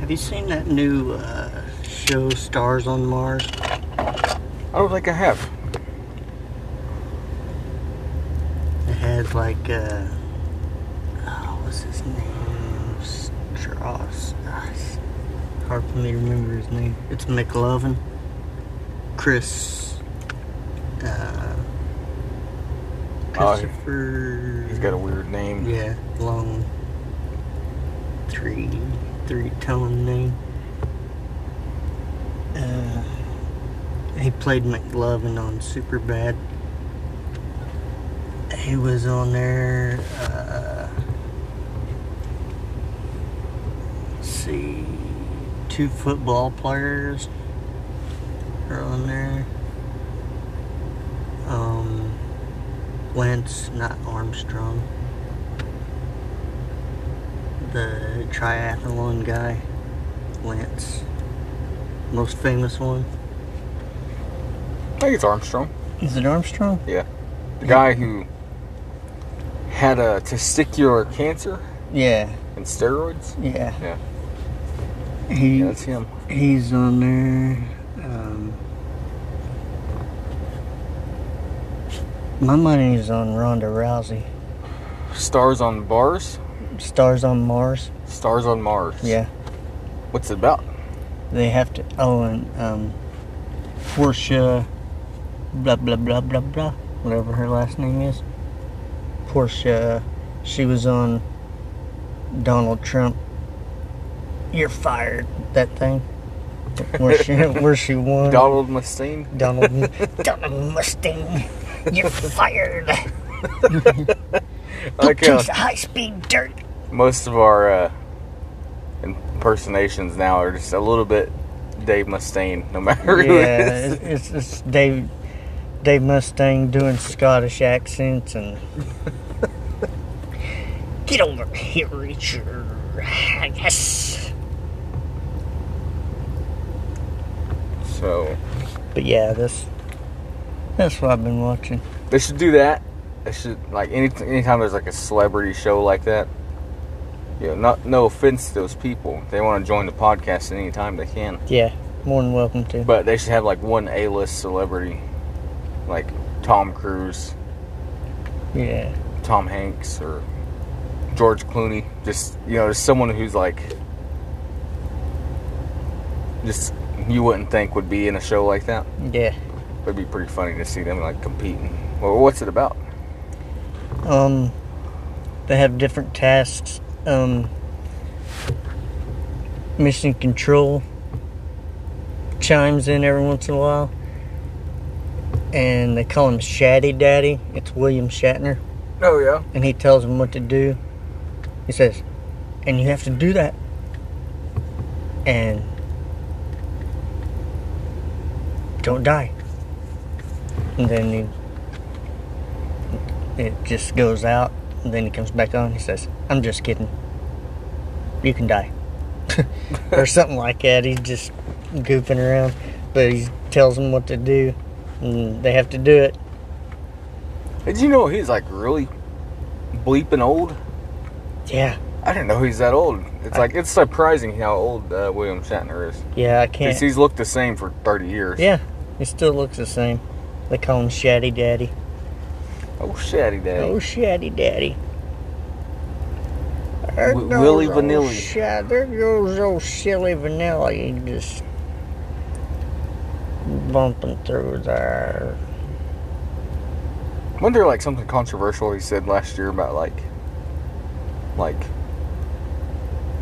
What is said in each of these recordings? Have you seen that new uh, show, Stars on Mars? I don't think I have. It had like, uh, oh, what's his name? Strauss. Ah, it's hard for me to remember his name. It's McLovin. Chris. Uh, Oh, he- Christopher. He's got a weird name. Yeah, long three three tone name. Uh, he played McLovin on Superbad. He was on there. Uh, let's see, two football players are on there. Um, Lance, not Armstrong the triathlon guy, Lance, most famous one. I think it's Armstrong. Is it Armstrong? Yeah. The guy who had a testicular cancer Yeah, and steroids. yeah. Yeah. He Yeah, that's him. he's on there. Um, my money is on Ronda Rousey. Stars on Bars. Stars on Mars. Stars on Mars. Yeah, Uh-huh. What's it about? they have to. Oh, and um, Portia, blah blah blah blah blah, whatever her last name is. Portia, she was on Donald Trump. You're fired. That thing, where she where she won. Donald Mustaine. Donald Donald Mustang. You're fired. I like how high speed dirt. most of our uh, impersonations now are just a little bit Dave Mustaine, no matter who it Yeah, is. it's, it's, it's Dave Dave Mustang doing Scottish accents and get over here, Richard. Ah, Yes. So But yeah, this that's what I've been watching. they should do that. They should like any anytime there's like a celebrity show like that. You know, not no offense to those people. If they want to join the podcast at any time they can. Yeah, more than welcome to. But they should have like one A list celebrity. Like Tom Cruise, Yeah, Tom Hanks or George Clooney. Just you know, just someone who's like just you wouldn't think would be in a show like that. yeah. It'd be pretty funny to see them like competing. Well, what's it about? Um, they have different tasks. Um, mission control chimes in every once in a while, and they call him Shaddy Daddy. It's William Shatner, Oh yeah. and he tells them what to do. He says, "And you have to do that." And don't die. And then he it just goes out and then he comes back on he says i'm just kidding you can die or something like that he's just goofing around but he tells them what to do and they have to do it Did you know he's like really bleeping old? yeah I didn't know he's that old. It's like it's surprising how old uh, William Shatner is. yeah i 'Cause can't He's looked the same for 30 years. yeah he still looks the same they call him shatty daddy Oh, shatty daddy. oh shatty daddy There Wi- goes Willy old Vanilli. Sha- there goes old silly vanilla. He just bumping through there. Wasn't there like something controversial he said last year about like, like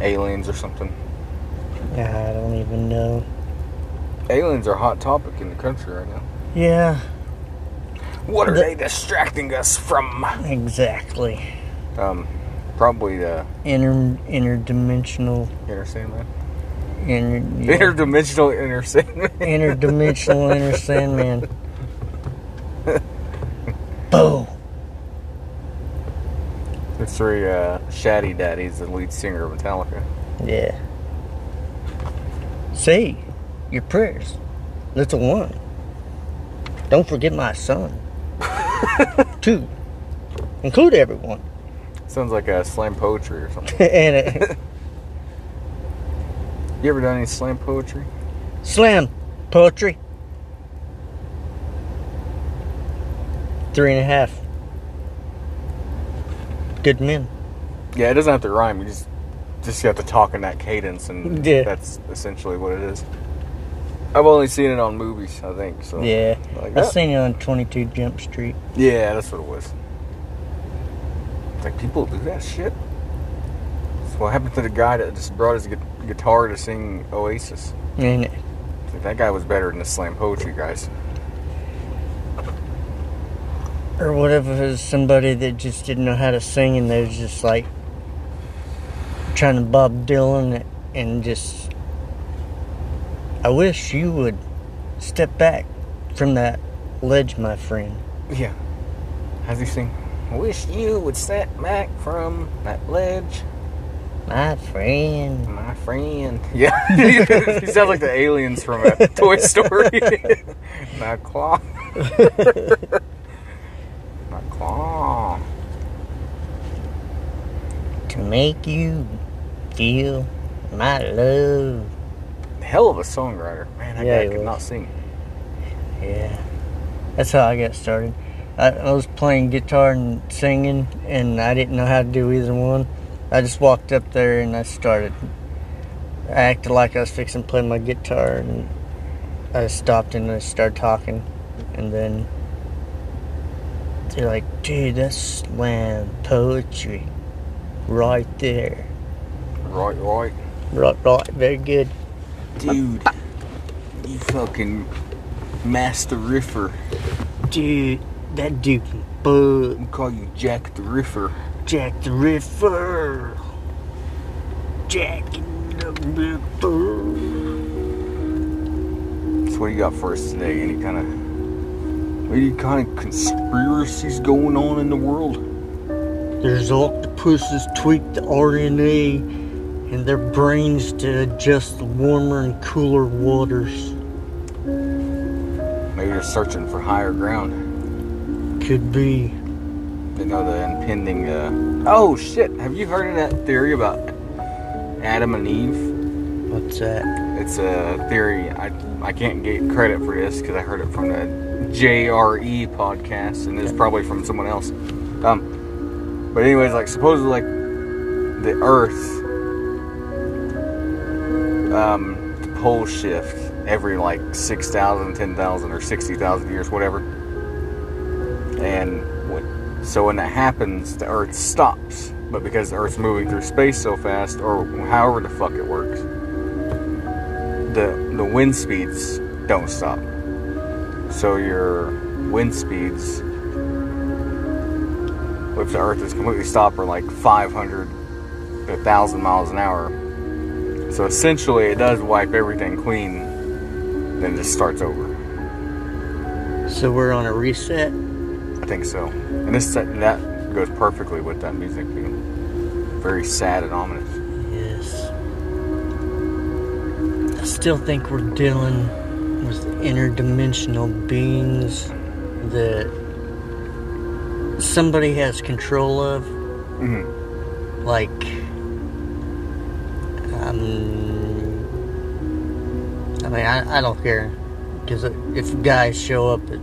aliens or something? I don't even know. Aliens are a hot topic in the country right now. Yeah, What are The- they distracting us from? exactly. Um, probably the Inter interdimensional inner Sandman. inter, yeah, Interdimensional inner Sandman. interdimensional inner Sandman. Boom. The three uh, Shatty Daddies, the lead singer of Metallica. Yeah. Say your prayers, little one. Don't forget my son. Two. Include everyone. uh, uh, Sounds like a slam poetry or something. and it, You ever done any slam poetry? Slam poetry. Three and a half. Good men. Yeah, it doesn't have to rhyme. You just just have to talk in that cadence, and Yeah. that's essentially what it is. I've only seen it on movies, I think. So Yeah. like I that. seen it on 22 Jump Street. Yeah, that's what it was. It's like people do that shit. That's what happened to the guy that just brought his gu- guitar to sing Oasis. And It's like, that guy was better than the slam poetry guys. or whatever it was somebody that just didn't know how to sing and they was just like trying to Bob Dylan it and just I wish you would step back from that ledge, my friend. Yeah. How's he sing? Wish you would step back from that ledge, My friend. my friend. Yeah, he sounds like the aliens from a Toy Story. my claw, my claw. to make you feel my love. Hell of a songwriter, man. That Yeah, guy he could was. not sing. Yeah. That's how I got started. I, I was playing guitar and singing, and I didn't know how to do either one. I just walked up there and I started. I acted like I was fixing to play my guitar, and I stopped and I started talking. And then they're like, dude, that's slam poetry right there. Right, right. Right, right, very good. Dude, you fucking master riffer. Dude, that dude can bug. We call you Jack the Riffer. Jack the Ripper. Jack the Ripper. So what do you got for us today? Any kind of any kind of conspiracies going on in the world? There's octopuses tweak the RNA and their brains to adjust the warmer and cooler waters. Maybe they're searching for higher ground. Could be. They know the impending. Uh... Oh shit! Have you heard of that theory about Adam and Eve? What's that? It's a theory. I I can't get credit for this because I heard it from the JRE E podcast, and it's probably from someone else. Um, but anyways, like supposedly, like the Earth um, the pole shift every like 6,000, 10,000, or 60,000 years, whatever. And what, so when that happens, the Earth stops. But because the Earth's moving through space so fast, or however the fuck it works, the, the wind speeds don't stop. So your wind speeds, if the Earth is completely stopped, are like 500 to 1,000 miles an hour. So essentially, it does wipe everything clean, then it just starts over. So we're on a reset? I think so. And this that goes perfectly with that music being very sad and ominous. Yes. I still think we're dealing with interdimensional beings that somebody has control of. Mm-hmm. like um, I mean I, I don't care because if guys show up at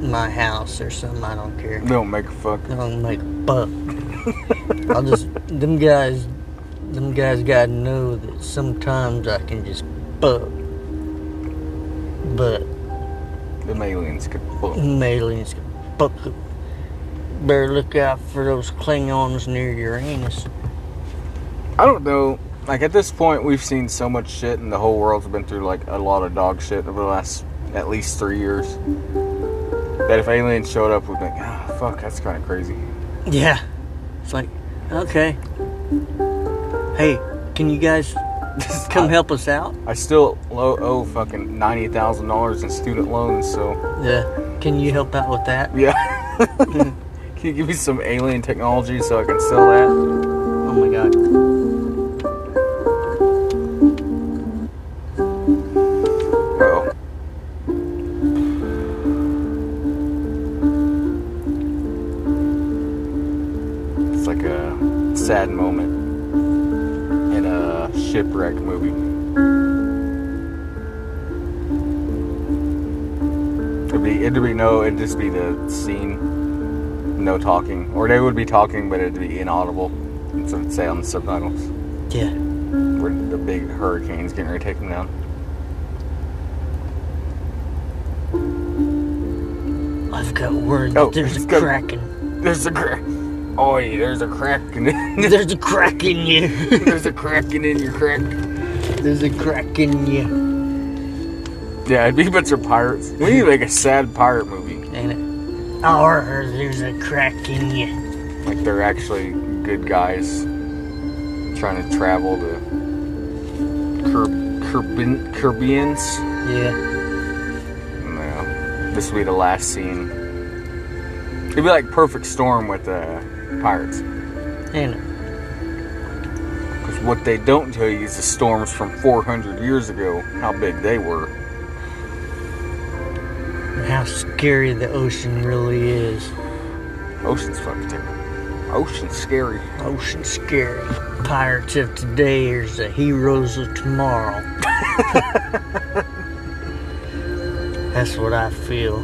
my house or something I don't care They don't make a fuck. I don't make a buck I'll just them guys them guys gotta know that sometimes I can just buck but Them aliens could fuck. aliens can buck better look out for those Klingons near your anus I don't know. Like at this point, we've seen so much shit, and the whole world's been through like a lot of dog shit over the last at least three years. That if aliens showed up, we'd think, ah, fuck, that's kind of crazy. Yeah. It's like, okay. Hey, can you guys come help us out? I still low owe fucking ninety thousand dollars in student loans, so. Yeah. Can you help out with that? Yeah. Can you give me some alien technology so I can sell that? Oh my god. Bro. It's like a sad moment in a shipwreck movie. be it'd be no it'd just be the scene, no talking, or they would be talking, but it'd be inaudible. And so it'd say on the subtitles Yeah. where the big hurricane's getting ready to take them down. I've got word Oh, that there's it's a good. kraken. There's a crack. Oi, there's a crack. in- There's a kraken in you. there's a cracking in your crack. there's a kraken in you. Yeah, it'd be a bunch of pirates. We need to make a sad pirate movie. Ain't it? Or there's a kraken in you. Like they're actually good guys trying to travel to Car- Caribbean Caribbeans. Yeah. No, this would be the last scene. It'd be like Perfect Storm with uh, pirates. Ain't it? Because what they don't tell you is the storms from 400 years ago, how big they were. And how scary the ocean really is. Ocean's fucking terrible. Ocean's scary. Ocean scary. Pirates of today is the heroes of tomorrow. That's what I feel.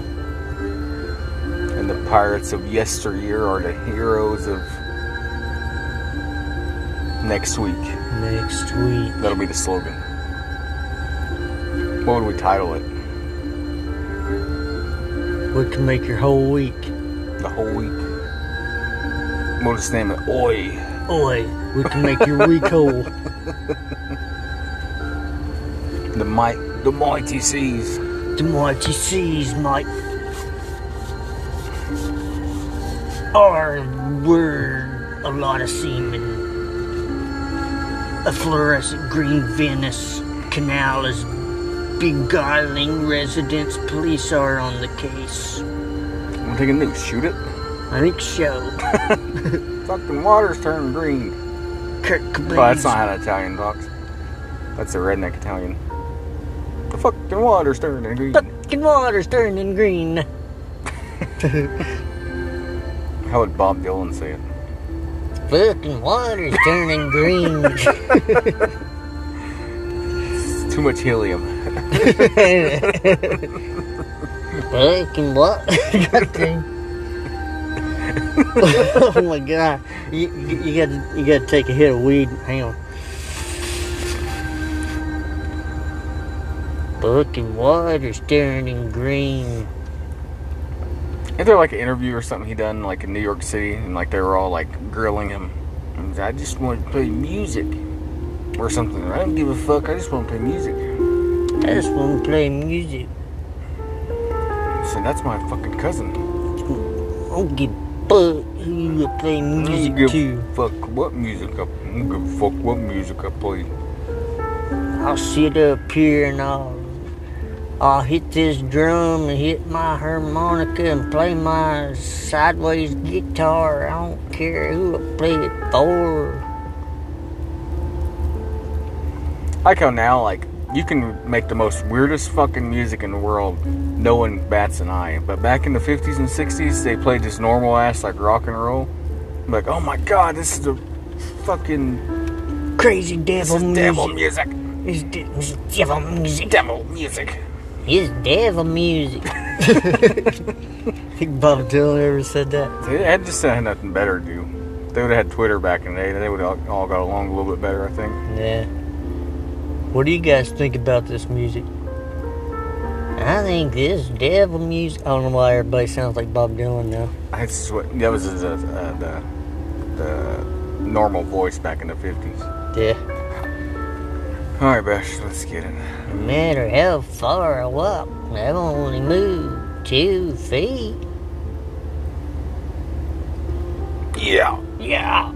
And the pirates of yesteryear are the heroes of next week. Next week. That'll be the slogan. What would we title it? We can make your whole week. The whole week? We'll just name it Oi. Oi, we can make your week whole. The might the mighty seas. The mighty seas, mate. Or we're a lot of semen. A fluorescent green Venice canal is beguiling residents. Police are on the case. I'm taking news. Shoot it. I think so. Fucking water's turning green. Kurt Well, that's Cobain's not how an Italian talks. That's a redneck Italian. The fucking water's turning green. fucking water's turning green. How would Bob Dylan say it? Fucking water's turning green. It's too much helium. Fucking what? Goddamn. oh my god! You, you, you got you got to take a hit of weed. Hang on. Fucking water's turning green. Is there like an interview or something he done like in New York City and like they were all like grilling him? And he's, I just want to play music or something. I don't give a fuck. I just want to play music. I just want to play music. So that's my fucking cousin. I don't give a fuck who you play I don't music give to. a fuck what music I, I don't give a fuck what music I play. I'll sit up here and I'll I'll hit this drum and hit my harmonica and play my sideways guitar. I don't care who I play it for. I like how now, like, you can make the most weirdest fucking music in the world. No one bats an eye. But back in the 50s and 60s, they played this normal ass, like, rock and roll. I'm like, oh my god, this is the fucking Crazy this devil is music. devil music. It's de- it's devil music. Devil music. It's devil music. think Bob Dylan ever said that? They had just had nothing better to do. They would have had Twitter back in the day. They would have all got along a little bit better, I think. Yeah. What do you guys think about this music? I think this devil music. I don't know why everybody sounds like Bob Dylan now. That's what that was his, uh, uh, the the normal voice back in the 50s. Yeah. All right, Bash, let's get in. No matter how far I walk, I've only moved two feet. Yeah. Yeah.